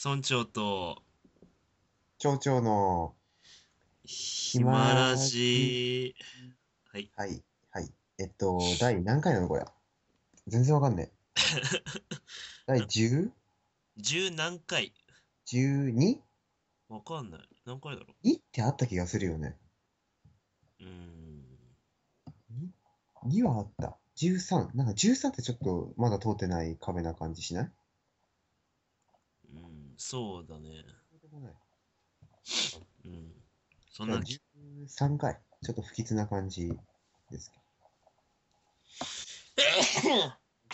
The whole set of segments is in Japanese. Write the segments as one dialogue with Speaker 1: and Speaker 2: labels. Speaker 1: 村長と
Speaker 2: 町長の、
Speaker 1: 暇らしはい
Speaker 2: はい、はい。えっと、第何回なのこれ。全然わかんね え。第 10?
Speaker 1: 十何回
Speaker 2: 12?
Speaker 1: わかんない何回だろ
Speaker 2: 2ってあった気がするよね。
Speaker 1: ううーん
Speaker 2: 2はあった。13。なんか13ってちょっとまだ通ってない壁な感じしない
Speaker 1: うんそうだね
Speaker 2: そうでもない
Speaker 1: うんそんな
Speaker 2: じゃあ13回。ちょっと不吉な感じですけど。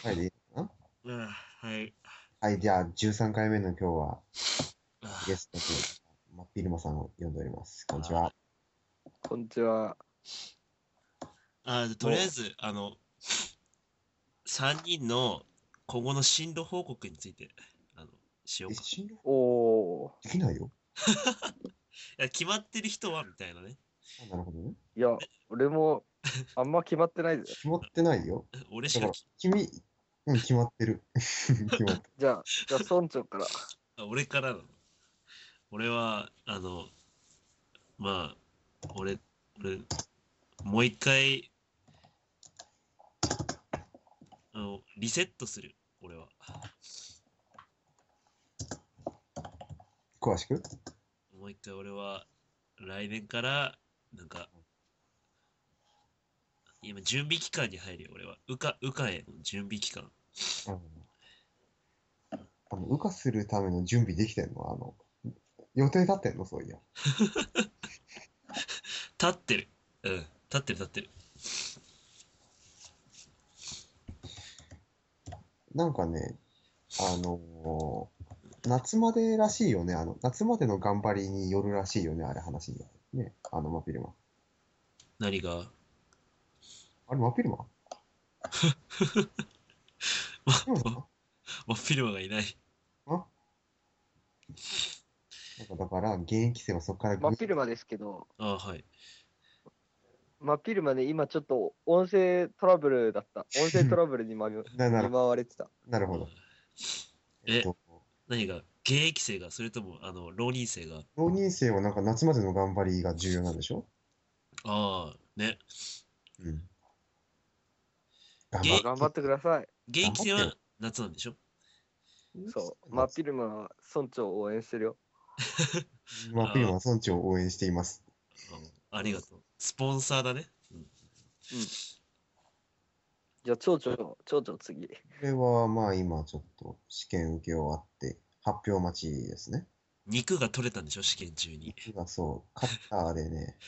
Speaker 2: はい、でいいかな
Speaker 1: うんはい
Speaker 2: はい、じゃあ13回目の今日は
Speaker 1: あ
Speaker 2: ゲストと、まっぴるまさんを呼んでおります。こんにちは。
Speaker 3: こんにちは。
Speaker 1: あとりあえずあの3人の今後の進路報告についてあのしよう
Speaker 2: え、
Speaker 1: かい
Speaker 2: 信用
Speaker 3: おお
Speaker 2: できないよ。
Speaker 1: や決まってる人はみたいなね
Speaker 2: あなるほどね。
Speaker 3: ー。いや、俺もあんま決まってないぜ。
Speaker 2: 決まってないよ。
Speaker 1: 俺し
Speaker 2: だか、
Speaker 1: から
Speaker 2: 君、うん、決まってる。 決まって
Speaker 3: じゃあ、じゃあ村長から。
Speaker 1: あ俺からなの俺はあのまあ俺俺もう一回あのリセットする俺は
Speaker 2: 詳しく
Speaker 1: もう一回俺は来年からなんか今準備期間に入るよ俺はうかうかへの準備期間
Speaker 2: あの、あの、羽化するための準備できてんのあの、予定立ってんのそういや。
Speaker 1: 立ってるうん立ってる立ってる
Speaker 2: なんかね、あのー夏までらしいよね。あの、夏までの頑張りによるらしいよね。あれ話には。ね。あの、マピルマ。
Speaker 1: 何が
Speaker 2: あれ、マ ピルママピルマ
Speaker 1: マッピルマがいない
Speaker 2: あなんかだから、現役生はそこからぐ
Speaker 3: 真っ昼間ですけど、
Speaker 1: ああはい
Speaker 3: 真っ昼間ね、今ちょっと音声トラブルだった。音声トラブルにまみ
Speaker 2: なな
Speaker 3: 見舞われてた。
Speaker 2: なるほど。
Speaker 1: え
Speaker 2: っと、
Speaker 1: 何が現役生がそれともあの浪人生が
Speaker 2: 浪人生はなんか夏までの頑張りが重要なんでしょ
Speaker 1: ああね
Speaker 2: うん。頑
Speaker 1: え
Speaker 2: 張
Speaker 1: え
Speaker 2: っ
Speaker 3: 頑張ってください。
Speaker 1: 現役生
Speaker 2: 頑張っ
Speaker 1: は夏なんでしょ
Speaker 3: そう。真っ昼間は村長を応援してるよ。
Speaker 2: マピルマ村長を応援しています。
Speaker 1: あありがとうスポンサーだね、うん
Speaker 3: じゃあ、町長、町長次。
Speaker 2: これはまあ今ちょっと試験受け終わって発表待ちですね。
Speaker 1: 肉が取れたんでしょ試験中に
Speaker 2: 今そう、カッターでね、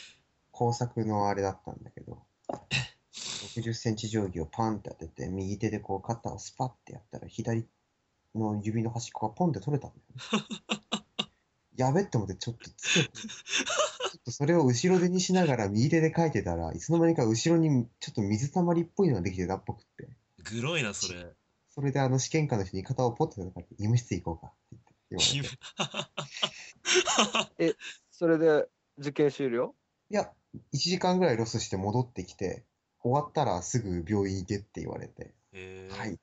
Speaker 2: 工作のあれだったんだけど、60センチ定規をパンって当てて、右手でこうカッターをスパッてやったら、左の指の端っこがポンって取れたんだよ、ね。やべって思って、ちょっと強く、ちょっとそれを後ろ手にしながら右手で書いてたら、いつの間にか後ろにちょっと水たまりっぽいのができてたっぽくって。
Speaker 1: グロいなそれ
Speaker 2: それであの試験官の人に肩をポッて叩かれて、医務室行こうかって言って言わ れて。
Speaker 3: それで、受験終了
Speaker 2: いや、1時間ぐらいロスして戻ってきて、終わったらすぐ病院行けって言われて、
Speaker 1: えー
Speaker 2: はい、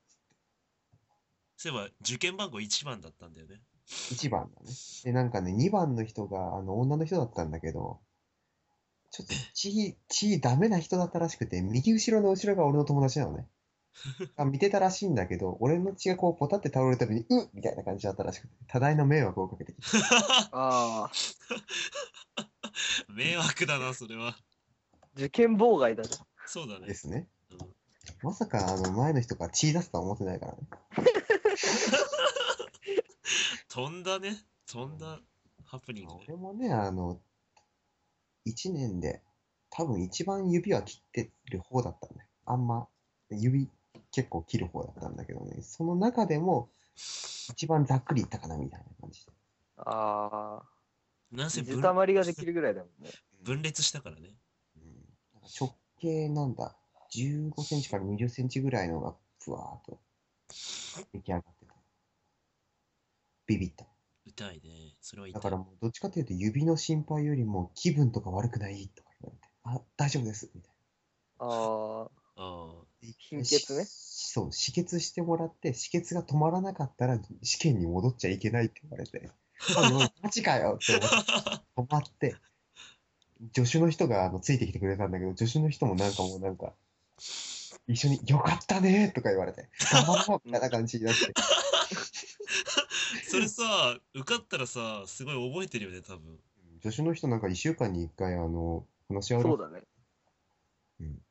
Speaker 1: そういえば受験番号1番だったんだよね
Speaker 2: 1番だね。で、なんかね、2番の人が、あの、女の人だったんだけど、ちょっと血、血ダメな人だったらしくて、右後ろの後ろが俺の友達なのね。あ見てたらしいんだけど、俺の血がこう、ポタって倒れるたびに、うっみたいな感じだったらしくて、多大な迷惑をかけてきた。
Speaker 3: ああ、
Speaker 1: 迷惑だなそれは
Speaker 3: 受験妨害だね。
Speaker 1: そうだ
Speaker 2: で
Speaker 1: ね、
Speaker 2: すね。
Speaker 1: うん
Speaker 2: まさか、あの、前の人が血出すとは思ってないからね。
Speaker 1: 飛んだね飛んだハプニングね
Speaker 2: 俺もね、あの、一年で、多分一番指は切ってる方だったんだよ。あんま、指結構切る方だったんだけどね、その中でも、一番ざっくりいったかなみたいな感じで。
Speaker 3: ああ、
Speaker 1: なんせ
Speaker 3: 水
Speaker 1: 分
Speaker 3: たまりができるぐらいだもんね。
Speaker 1: 分裂したからね
Speaker 2: うん、なんか直径なんだ、15センチから20センチぐらいのが、ふわーっと、出来上がってた。ビビった。
Speaker 1: 痛いねそれは痛
Speaker 2: だ
Speaker 1: い
Speaker 2: からもう、どっちかというと、指の心配よりも、気分とか悪くないとか言われて、あ、大丈夫です、みたいな。
Speaker 3: ああ、
Speaker 1: ああ
Speaker 3: 貧血ね
Speaker 2: しそう、止血してもらって、止血が止まらなかったら試験に戻っちゃいけないって言われて、あ の、マジかよって思って止まって、助手の人があのついてきてくれたんだけど、助手の人もなんかもうなんか、一緒に、よかったねとか言われて、頑張ろうみたいな感じにな って、
Speaker 1: それさ、受かったらさ、すごい覚えてるよね、多分。
Speaker 2: 助手の人なんか1週間に1回、あの、話し合う
Speaker 3: そうだね。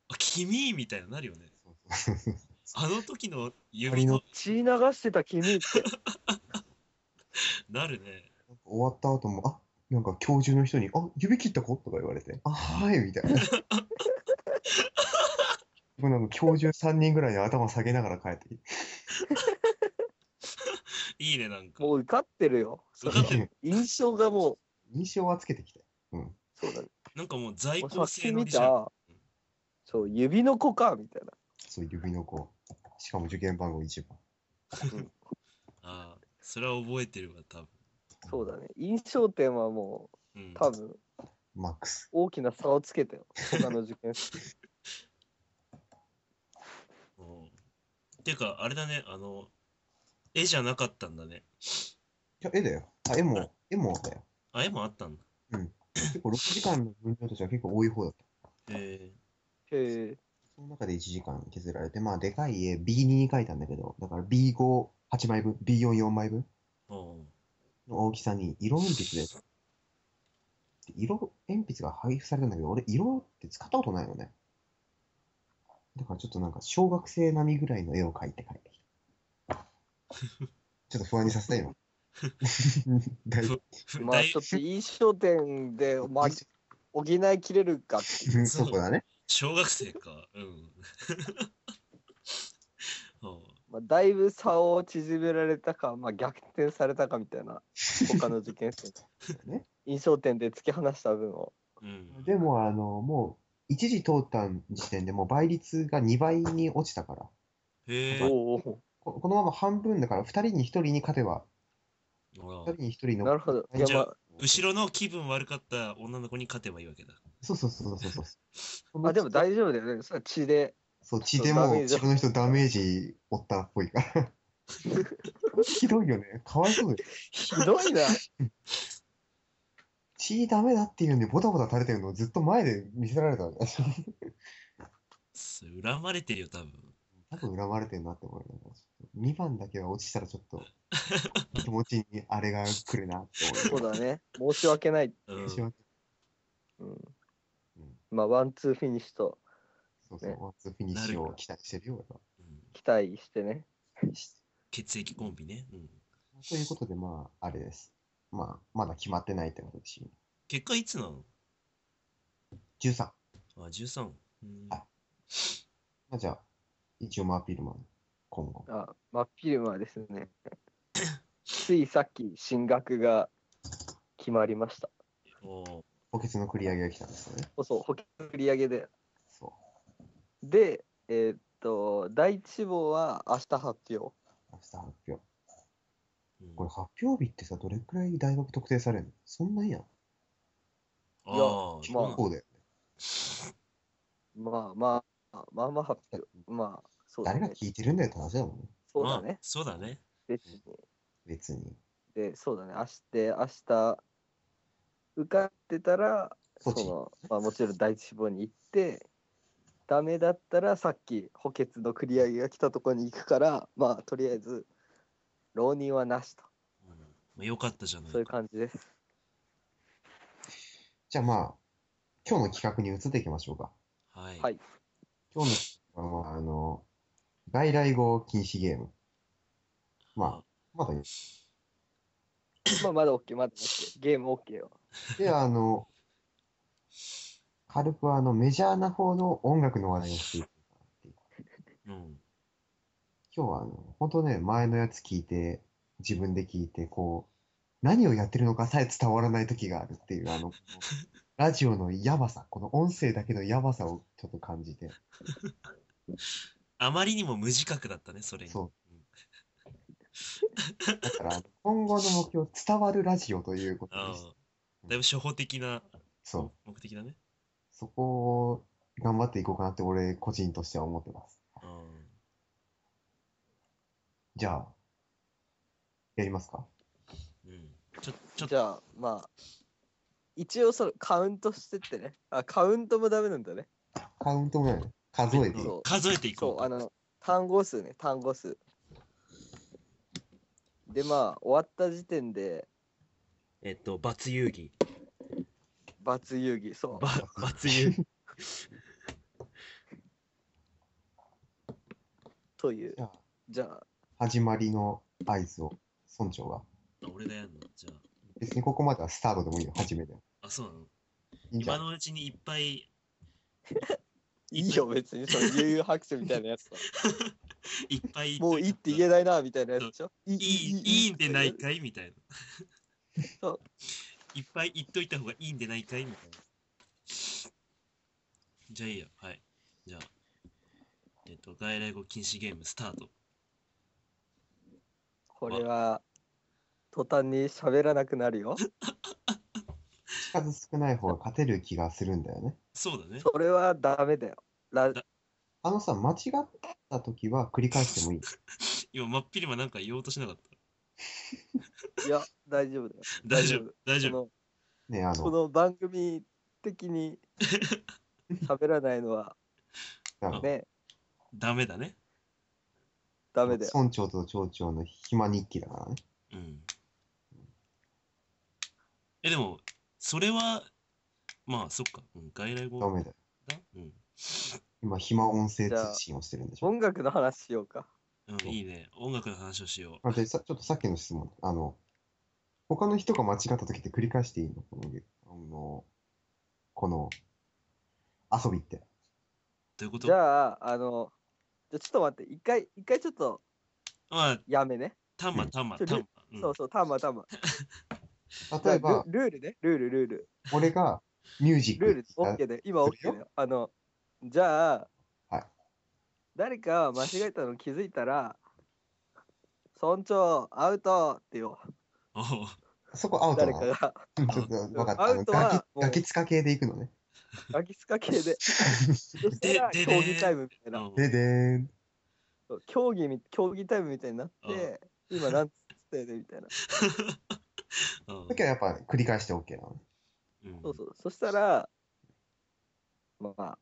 Speaker 1: あ、君みたいになるよね。
Speaker 2: そうそう
Speaker 1: あの時の
Speaker 2: あ
Speaker 1: 夢
Speaker 2: りの
Speaker 1: と
Speaker 3: 血流してた君って。
Speaker 1: なるね。
Speaker 2: 終わった後も、あなんか教授の人に、あ指切った子とか言われて、あはいみたいな。 僕なんか教授3人ぐらいに頭下げながら帰ってきて、
Speaker 1: いいね、なんか。
Speaker 3: もう受かってるよ。そ
Speaker 1: 受かって
Speaker 3: の
Speaker 1: る
Speaker 3: 印象がもう、
Speaker 2: 印象はつけてきたよ。うん。
Speaker 3: そうだね。
Speaker 1: なんかもう在
Speaker 3: さ
Speaker 1: 校
Speaker 3: っ
Speaker 1: 生
Speaker 3: き
Speaker 1: の
Speaker 3: 見
Speaker 1: りじゃん。
Speaker 3: た、そう、指の子か、みたいな。
Speaker 2: そう、指の子。しかも受験番号1番。
Speaker 1: あーそれは覚えてるわ、多分。
Speaker 3: そうだね。印象点はも
Speaker 1: うん
Speaker 3: う、多分、
Speaker 2: マックス。
Speaker 3: 大きな差をつけたよ。他の受験生。
Speaker 1: うんてか、あれだね、あの、絵じゃなかったんだね。
Speaker 2: いや、絵だよ。あ、絵も、絵もだよ。
Speaker 1: あ、絵もあったんだ。
Speaker 2: 結構6時間の分量としては結構多い方だった。
Speaker 1: へ
Speaker 3: へ え。
Speaker 2: その中で1時間削られて、まあ、でかい絵 B2 に描いたんだけど、だから B58 枚分、B44 枚分
Speaker 1: ーうん
Speaker 2: の大きさに色鉛筆で。で色鉛筆が配布されたんだけど、俺、色って使ったことないのね。だからちょっとなんか、小学生並みぐらいの絵を描いて帰ってきた。ちょっと不安にさせたよ。だいぶ
Speaker 1: ふ
Speaker 3: まあ、
Speaker 1: 大
Speaker 3: ちょっと印象点で、まあ、補いきれるかっていう。
Speaker 2: そこだね。
Speaker 1: 小学生か。うん。 うん
Speaker 3: まあ、だいぶ差を縮められたか、まあ、逆転されたかみたいな、他の受験生の
Speaker 2: ね
Speaker 3: 印象点で突き放した分を。
Speaker 1: うん。
Speaker 2: でも、あの、もう、一時通った時点でもう倍率が2倍に落ちたから、
Speaker 1: へえ。
Speaker 3: おうお
Speaker 2: ここのまま半分だから、2人に1人に勝てば、
Speaker 1: ほ
Speaker 2: 2
Speaker 1: ら
Speaker 2: 人に1人
Speaker 3: う
Speaker 2: の。
Speaker 3: なるほど。い
Speaker 2: じゃ
Speaker 3: や
Speaker 2: あ
Speaker 1: じゃ
Speaker 3: ま
Speaker 1: あ
Speaker 3: あ
Speaker 1: 後ろの気分悪かった女の子に勝てばいいわけだ。
Speaker 2: そうそうそうそうそうそう。
Speaker 3: あ、でも大丈夫だよね。それは血で。
Speaker 2: そう、血でもう、自分の人ダメージ負ったっぽいから。 ひどいよね。かわいそうよ。
Speaker 3: ひどいな。
Speaker 2: 血ダメだっていうのにボタボタ垂れてるのをずっと前で見せられたんだ。
Speaker 1: それ恨まれてるよ、多分。
Speaker 2: 多分恨まれてるなって思いながら。2番だけは落ちたらちょっ と、気持ちにあれが来るなって
Speaker 3: そ
Speaker 2: 思
Speaker 3: う
Speaker 2: い
Speaker 3: だね。申し訳ない。
Speaker 1: うん
Speaker 2: まし。そう
Speaker 3: うん
Speaker 2: うん。
Speaker 3: まあ、ワンツーフィニッシュと
Speaker 2: そう、ワンツーフィニッシュを期待してるよ、俺は
Speaker 1: うん
Speaker 3: 期待してね。
Speaker 1: 血液コンビね。うん
Speaker 2: ということで、まあ、あれです。まあ、まだ決まってないってことですし。
Speaker 1: 結果いつなの
Speaker 2: 13。
Speaker 1: あ、13。うん
Speaker 2: あまあ、じゃあ、一応マーピールマン、今後。
Speaker 3: あ、真っ昼間ですね。ついさっき進学が決まりました。
Speaker 1: おー
Speaker 2: 補欠の繰り上げが来たんですよね。
Speaker 3: そうそう、補欠繰り上げで。
Speaker 2: そう。
Speaker 3: で、えーっと、第一志望は明日発表。
Speaker 2: 明日発表。
Speaker 1: うん
Speaker 2: これ発表日ってさ、どれくらい大学特定されるのそんなんやん。
Speaker 1: あ
Speaker 3: いや
Speaker 1: あ、
Speaker 3: ま
Speaker 1: そ
Speaker 3: あ
Speaker 1: うなんだ
Speaker 2: そうだよね。
Speaker 3: まあまあ、まあまあ発表。まあ、そうだ
Speaker 2: 誰が
Speaker 3: ね。
Speaker 2: 聞いてるんだよって話だもんね。
Speaker 3: そうだ
Speaker 1: まあ
Speaker 3: ね。
Speaker 1: そうだね。
Speaker 3: 別に。
Speaker 2: 別に。
Speaker 3: で、そうだね。明日、明日、受かってたら、
Speaker 2: そ
Speaker 3: そ
Speaker 2: っち
Speaker 3: の、まあもちろん第一志望に行って、ダメだったらさっき補欠の繰り上げが来たところに行くから、まあとりあえず、浪人はなしと。
Speaker 1: うんまあよかったじゃない
Speaker 3: そういう感じです。
Speaker 2: じゃあまあ、今日の企画に移っていきましょうか。
Speaker 1: はい。
Speaker 3: はい。
Speaker 2: 今日の企画は、まああの、外来語禁止ゲーム。まあ、まだね。
Speaker 3: まあまだ OK、まだ OK。ゲーム OK よ。
Speaker 2: で、あの、軽くあの、メジャーな方の音楽の話題をしていこうかなってい
Speaker 1: う
Speaker 2: う
Speaker 1: ん。
Speaker 2: 今日はあの、本当ね、前のやつ聞いて、自分で聞いて、こう、何をやってるのかさえ伝わらない時があるっていう、あの、このラジオのやばさ、この音声だけのやばさをちょっと感じて、
Speaker 1: あまりにも無自覚だったね、それに。
Speaker 2: そうだから、今後の目標、伝わるラジオということ
Speaker 1: あ
Speaker 2: です。
Speaker 1: あ、だいぶ初歩的な
Speaker 2: そう。
Speaker 1: 目的だね。
Speaker 2: そこを頑張っていこうかなって、俺、個人としては思ってます。
Speaker 1: ああ
Speaker 2: じゃあ、やりますか。
Speaker 1: うん。ちょ、ちょっ
Speaker 3: じ
Speaker 1: と、
Speaker 3: ゃあまあ一応そのカウントしてってねあカウントもダメなんだね
Speaker 2: カウントもないの数えていい
Speaker 3: そう
Speaker 1: 数えてい
Speaker 3: そ
Speaker 1: こ
Speaker 3: うあの単語数ね単語数でまあ終わった時点で
Speaker 1: う。えっと、罰遊戯。
Speaker 3: 罰遊戯そう
Speaker 1: ば罰遊戯。
Speaker 3: という
Speaker 2: じゃあ、
Speaker 3: じゃあ
Speaker 2: 始まりの合図を、村長が。
Speaker 1: あ俺がやんのじゃ
Speaker 2: 別にここまではスタートでもいいよ、初めで。
Speaker 1: あ。あ、そうなの
Speaker 2: いいんじゃ
Speaker 1: 今
Speaker 2: ない
Speaker 1: のうちにいっぱい、
Speaker 3: いいよ別に その悠々白書みたいなやつはい
Speaker 1: っぱい。
Speaker 3: もういいって言えないなみたいなやつでしょいい
Speaker 1: いい、いいんでないかいみたいな。
Speaker 3: そう。
Speaker 1: いっぱい言っといた方がいいんでないかいみたいな。じゃあいいや。はい。じゃあ、えっと、外来語禁止ゲームスタート。
Speaker 3: これは途端に喋らなくなるよ
Speaker 2: 数少ない方が勝てる気がするんだよね。
Speaker 1: そうだね。
Speaker 3: それはダメだよラ
Speaker 2: あのさ、間違った時は繰り返してもいい。
Speaker 1: 今、真っ昼間なんか言おうとしなかった。
Speaker 3: いや大丈夫だよ
Speaker 1: 大丈夫、大丈
Speaker 3: こ
Speaker 1: 夫。
Speaker 3: の
Speaker 2: ね、あ
Speaker 3: こ
Speaker 2: の、
Speaker 3: の番組的に喋らないの は
Speaker 2: なんか
Speaker 3: ね
Speaker 1: ダメだね。
Speaker 3: ダメだよ
Speaker 2: 村長と町長の暇日記だからね。
Speaker 1: うん。え、でも、それは、まあ、そっか。うん、外来語
Speaker 2: ダメだよ。
Speaker 1: だ。うん。
Speaker 2: 今、暇音声通信をしてるんでしょ。
Speaker 3: 音楽の話しようか
Speaker 1: うん、いいね。音楽の話をしよう。
Speaker 2: あでさちょっとさっきの質問、あの、他の人が間違った時って繰り返していいのこの、あの、この、遊びって。
Speaker 1: ということ
Speaker 3: じゃああのじゃあちょっと待って一回一回ちょっと
Speaker 1: まあ、
Speaker 3: やめね、
Speaker 1: たま
Speaker 2: うん
Speaker 1: たま
Speaker 3: ちょ
Speaker 1: たま。うん
Speaker 3: そうそうたまたま
Speaker 2: 例えば、
Speaker 3: ルルールねルールルール
Speaker 2: 俺がミュージック
Speaker 3: ルール
Speaker 2: や
Speaker 3: OK で今
Speaker 2: それ
Speaker 3: OK だよあのじゃあ、
Speaker 2: はい
Speaker 3: 誰か間違えたの気づいたら「村長アウト!」って言おう
Speaker 1: おう
Speaker 2: そこアウト
Speaker 3: 誰
Speaker 2: な
Speaker 3: か
Speaker 2: の
Speaker 3: が
Speaker 2: うんちょっと分かった。
Speaker 3: ア
Speaker 2: あ
Speaker 3: ウ
Speaker 2: の
Speaker 3: トは
Speaker 2: ガキ
Speaker 3: もう
Speaker 2: ガキ使系で行くのね。
Speaker 3: ガキスカ系でそしたら競
Speaker 1: でで
Speaker 3: 技タイムみたいな
Speaker 1: うん
Speaker 2: ででーん。
Speaker 3: そう競技み競技タイムみたいになって今なんつったよねみたいな
Speaker 1: うん
Speaker 2: 時はやっぱ繰り返して OK なのね。
Speaker 1: うん
Speaker 3: そうそうそしたらまあ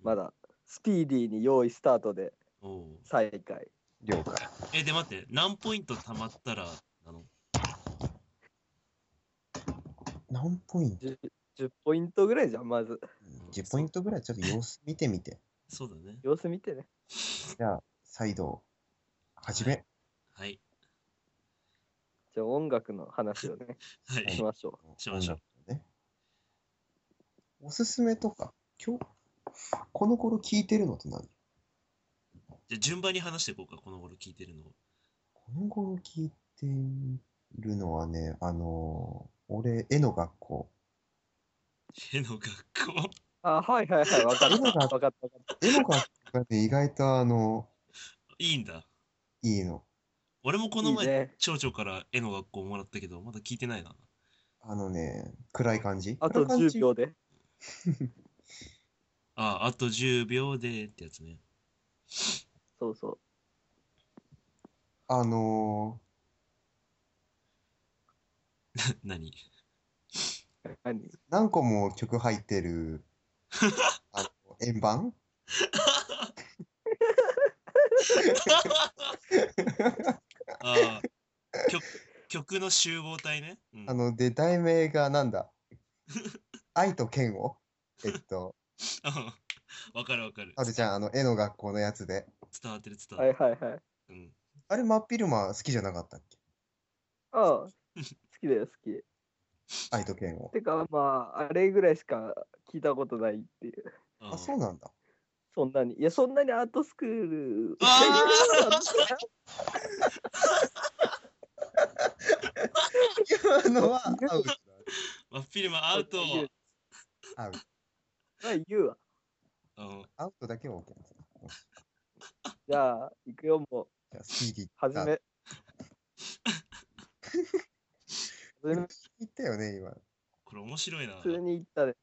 Speaker 3: まだスピーディーに用意スタートで
Speaker 1: おう
Speaker 3: 再開
Speaker 2: 了解。
Speaker 1: え、で、待って、何ポイントたまったら、あの、
Speaker 2: 何ポイント
Speaker 3: 10, 10ポイントぐらいじゃんまず
Speaker 2: ?10 ポイントぐらいちょっと様子見てみて。
Speaker 1: そうだね。
Speaker 3: 様子見てね
Speaker 2: じゃあ、再度、始め。
Speaker 1: はい。
Speaker 3: じゃあ音楽の話をね
Speaker 1: は
Speaker 3: し
Speaker 1: い。
Speaker 3: ましょ
Speaker 1: しましょう
Speaker 2: う。ね、おすすめとか、今日、この頃聞いてるのって何
Speaker 1: じゃあ順番に話していこうか、この頃聞いてるのを。
Speaker 2: この頃聞いてるのはね、あのー俺、絵の学校。
Speaker 1: 絵の学校。
Speaker 3: うあはいはいはい分かった分かった分かった
Speaker 2: 絵の学校がね、意外とあの、
Speaker 1: いいんだ。
Speaker 2: いいの。
Speaker 1: 俺もこ
Speaker 3: い
Speaker 1: の
Speaker 3: い
Speaker 1: 前、
Speaker 3: ね
Speaker 1: 町長から絵の学校もらったけど、まだ聞いてないな。
Speaker 2: あのね、暗い感じ。
Speaker 3: あ
Speaker 2: 暗
Speaker 3: と
Speaker 2: い感じ
Speaker 3: 10。秒で
Speaker 1: あ、あと10秒でってやつね。
Speaker 3: そうそう
Speaker 2: あの
Speaker 1: 何
Speaker 3: 何
Speaker 2: ー何個も曲入ってる、あの、円盤
Speaker 1: ああ、曲、曲の集合体ね。うん
Speaker 2: あの、で、題名がなんだ愛と剣をえっと、
Speaker 1: うん わかるわかる。
Speaker 2: あるじゃん、あの、絵の学校のやつで。
Speaker 1: 伝わってる伝わ
Speaker 3: は
Speaker 1: っ
Speaker 3: い
Speaker 1: て
Speaker 3: はいはい
Speaker 1: る。うん。
Speaker 2: あれ、真っ昼間好きじゃなかったっけ
Speaker 3: ああ好きだよ好き
Speaker 2: 愛と剣を。
Speaker 3: てかまああれぐらいしか聞いたことないっていう
Speaker 1: あ
Speaker 2: あ、そうなんだ。
Speaker 3: そんなにいやそんなにアートスクール
Speaker 1: あ
Speaker 2: 今のは、アウトだ。
Speaker 1: まあ、フィルムアウト。
Speaker 2: アウト。
Speaker 3: まあ言うわ
Speaker 1: うん
Speaker 2: アウトだけは OK なんですよ
Speaker 3: じゃあ行くよもう
Speaker 2: じゃあ、スピーディー。
Speaker 3: 始め
Speaker 2: あ。
Speaker 3: 始め
Speaker 2: 言ったよね、今。
Speaker 1: これ面白いな。
Speaker 3: 普通に行ったね。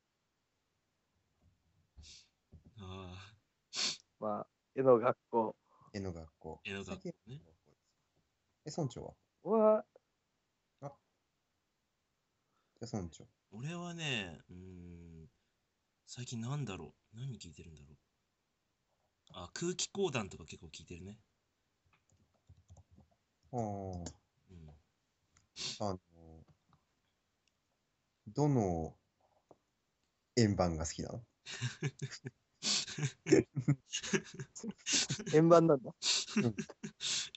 Speaker 1: ああ、
Speaker 3: まあ、絵の学校。
Speaker 2: 絵の学校。
Speaker 1: 絵の学校ね。
Speaker 2: え、村長は
Speaker 3: は、
Speaker 2: じゃあ村長。
Speaker 1: 俺はね、うーん、最近なんだろう何聞いてるんだろうあ、空気講談とか結構聞いてるね。
Speaker 2: あ
Speaker 1: うん。
Speaker 2: あ、あの、どの円盤が好きなの
Speaker 3: 円 盤なんだ。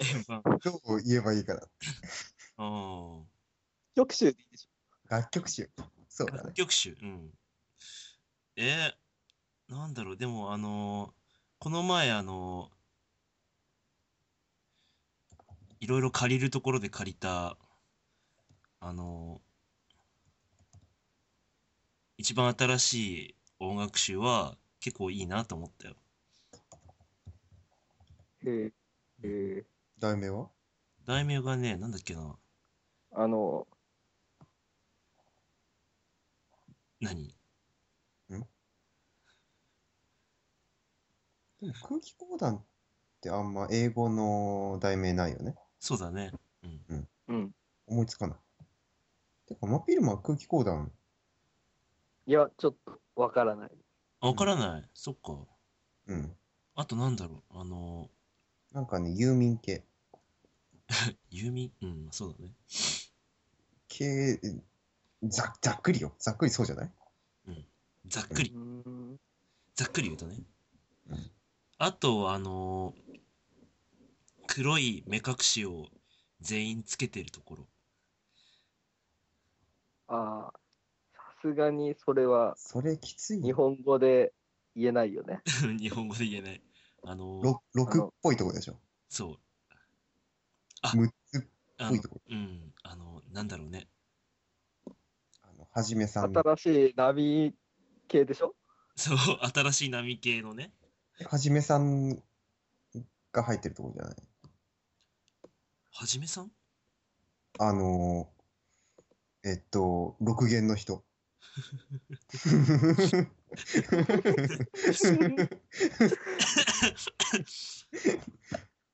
Speaker 1: 円盤。
Speaker 2: どう言えばいいかな。
Speaker 1: ああ。
Speaker 3: 曲集でいいでし
Speaker 2: 楽曲集。そうだ
Speaker 1: 楽
Speaker 2: ね。
Speaker 1: 曲集。うん。えー、なんだろう、でもあのー、この前あのー、いろいろ借りるところで借りた、あのー、一番新しい音楽集は結構いいなと思ったよ。
Speaker 3: ょ。へえ、へえ
Speaker 2: 題名は
Speaker 1: 題名がね、なんだっけな、
Speaker 3: あの、
Speaker 1: 何
Speaker 2: でも空気講談ってあんま英語の題名ないよね。
Speaker 1: そうだね。うん。
Speaker 3: うん。
Speaker 2: 思いつかない。てか、マピルマン空気講談、
Speaker 3: いや、ちょっとわからない。
Speaker 1: あわからない。そっか。
Speaker 2: うん。
Speaker 1: あとなんだろう、あの
Speaker 2: なんかね、遊民系。
Speaker 1: ー、ユーミン、うん、そうだね。
Speaker 2: 系、ざざっくりよ。ざっくりそうじゃない
Speaker 1: ざっくり
Speaker 3: う。ーん。
Speaker 1: ざっくり言うとね
Speaker 2: うん。
Speaker 1: あと、あのー黒い目隠しを全員つけてるところ。
Speaker 3: ああ、さすがにそれは
Speaker 2: それきつい
Speaker 3: 日
Speaker 2: よ。
Speaker 3: 本語で言えないよね。
Speaker 1: 日本語で言えない。あのー
Speaker 2: ろ6っぽいとこでしょ。
Speaker 1: そう。あ
Speaker 2: 6つっ
Speaker 1: あ
Speaker 2: ぽい
Speaker 1: の
Speaker 2: とこ。
Speaker 1: うん。あのなんだろうね。
Speaker 2: あの、はじめさんの、
Speaker 3: 新しいナビ系でしょ
Speaker 1: そう、新しい波形のね。
Speaker 2: はじめさんが入ってるとこじゃない
Speaker 1: はじめさん
Speaker 2: あのー、えっと、6弦の 人。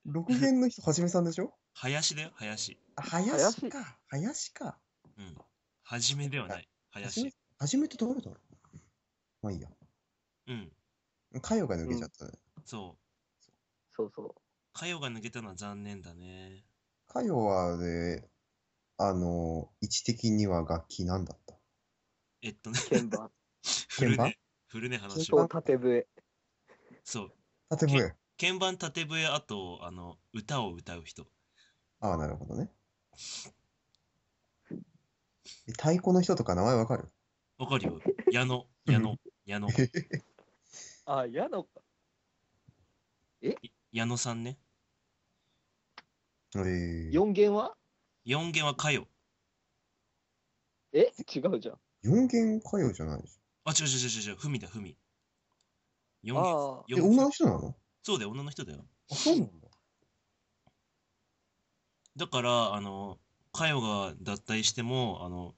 Speaker 2: 6弦の人、はじめさんでしょ
Speaker 1: 林だよ、林。
Speaker 2: あ林か。林か。
Speaker 1: うん。はじめではない。
Speaker 2: はじめ
Speaker 1: 林。、
Speaker 2: はじめって誰だろうまあいいや。
Speaker 1: うん。
Speaker 2: かよが抜けちゃったね。
Speaker 1: そう。
Speaker 3: そうそう。
Speaker 1: かよが抜けたのは残念だね。
Speaker 2: かよはね、あのー、位置的には楽器なんだった
Speaker 1: えっとね、
Speaker 3: 鍵盤、
Speaker 1: 振る
Speaker 2: 鍵盤
Speaker 1: ね。振るね、話
Speaker 3: そう
Speaker 1: を。
Speaker 3: 縦笛。
Speaker 1: そう。
Speaker 2: 縦笛。
Speaker 1: 鍵盤縦笛あとあの歌を歌う人
Speaker 2: ああ、なるほどね。え太鼓の人とか名前わかる
Speaker 1: わかるよ矢野矢野矢野
Speaker 3: ああ、矢野か。
Speaker 1: 矢野さんね
Speaker 2: えー、
Speaker 3: 4弦は
Speaker 1: 4弦はかよ
Speaker 3: え違うじゃん。
Speaker 2: 4弦歌謡じゃないでし
Speaker 1: あ違う違う違う違うふみだふみ4
Speaker 3: あ
Speaker 1: 弦
Speaker 3: あ、
Speaker 2: ょ。
Speaker 1: 四
Speaker 2: え、
Speaker 1: 弦
Speaker 2: 女の人なの
Speaker 1: そうだよ女の人だよ
Speaker 2: あ、そうなんだ。
Speaker 1: だからあのかよが脱退してもあの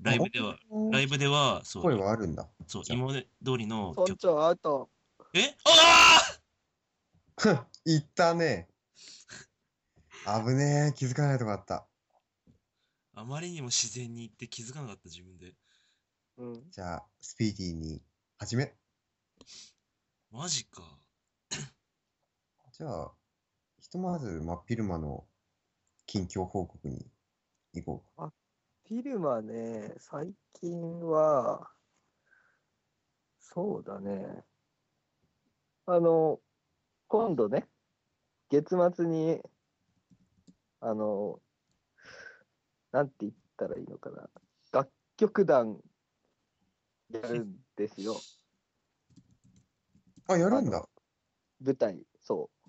Speaker 1: ライブではライブではそ
Speaker 2: 声
Speaker 1: う
Speaker 2: はあるんだ。
Speaker 1: そう
Speaker 2: じゃあ
Speaker 1: 今まで通りの
Speaker 3: 村
Speaker 1: 曲
Speaker 3: 長アウト。
Speaker 1: えああ
Speaker 2: 言ったね。危ねえ、気づかないとこあった。
Speaker 1: あまりにも自然に言って気づかなかった自分で
Speaker 3: うん。
Speaker 2: じゃあ、スピーディーに始め。
Speaker 1: マジか
Speaker 2: じゃあ、ひとまず真っ昼間の近況報告に行こう
Speaker 3: フィルマね、最近は、そうだね。あの、今度ね、月末に、あの、なんて言ったらいいのかな。楽曲団やるんですよ。
Speaker 2: か。あ、やるんだ。
Speaker 3: 舞台、そう。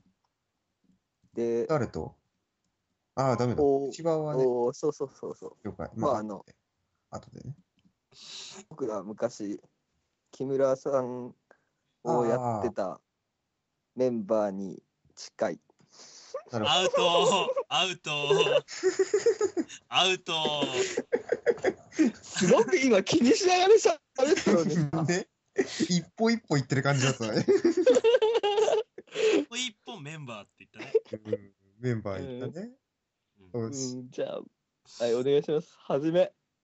Speaker 3: で、
Speaker 2: 誰とああ、ダメだ
Speaker 3: お。
Speaker 2: 千葉はね、
Speaker 3: おーそうそうそうそう。
Speaker 2: 了解。
Speaker 3: まああの、
Speaker 2: 後でね。
Speaker 3: 僕が昔木村さんをやってたメンバーに近い
Speaker 2: なるほ
Speaker 1: アウトアウトアウト
Speaker 3: すごく今気にしながらしゃべってるね
Speaker 2: ど。ね、一歩一歩行ってる感じだったね。
Speaker 1: もう一本メンバーって言ったね。
Speaker 2: うんメンバー行ったね。
Speaker 1: うん
Speaker 2: う
Speaker 3: うんん、じゃあ、はい、お願いします。はじめ。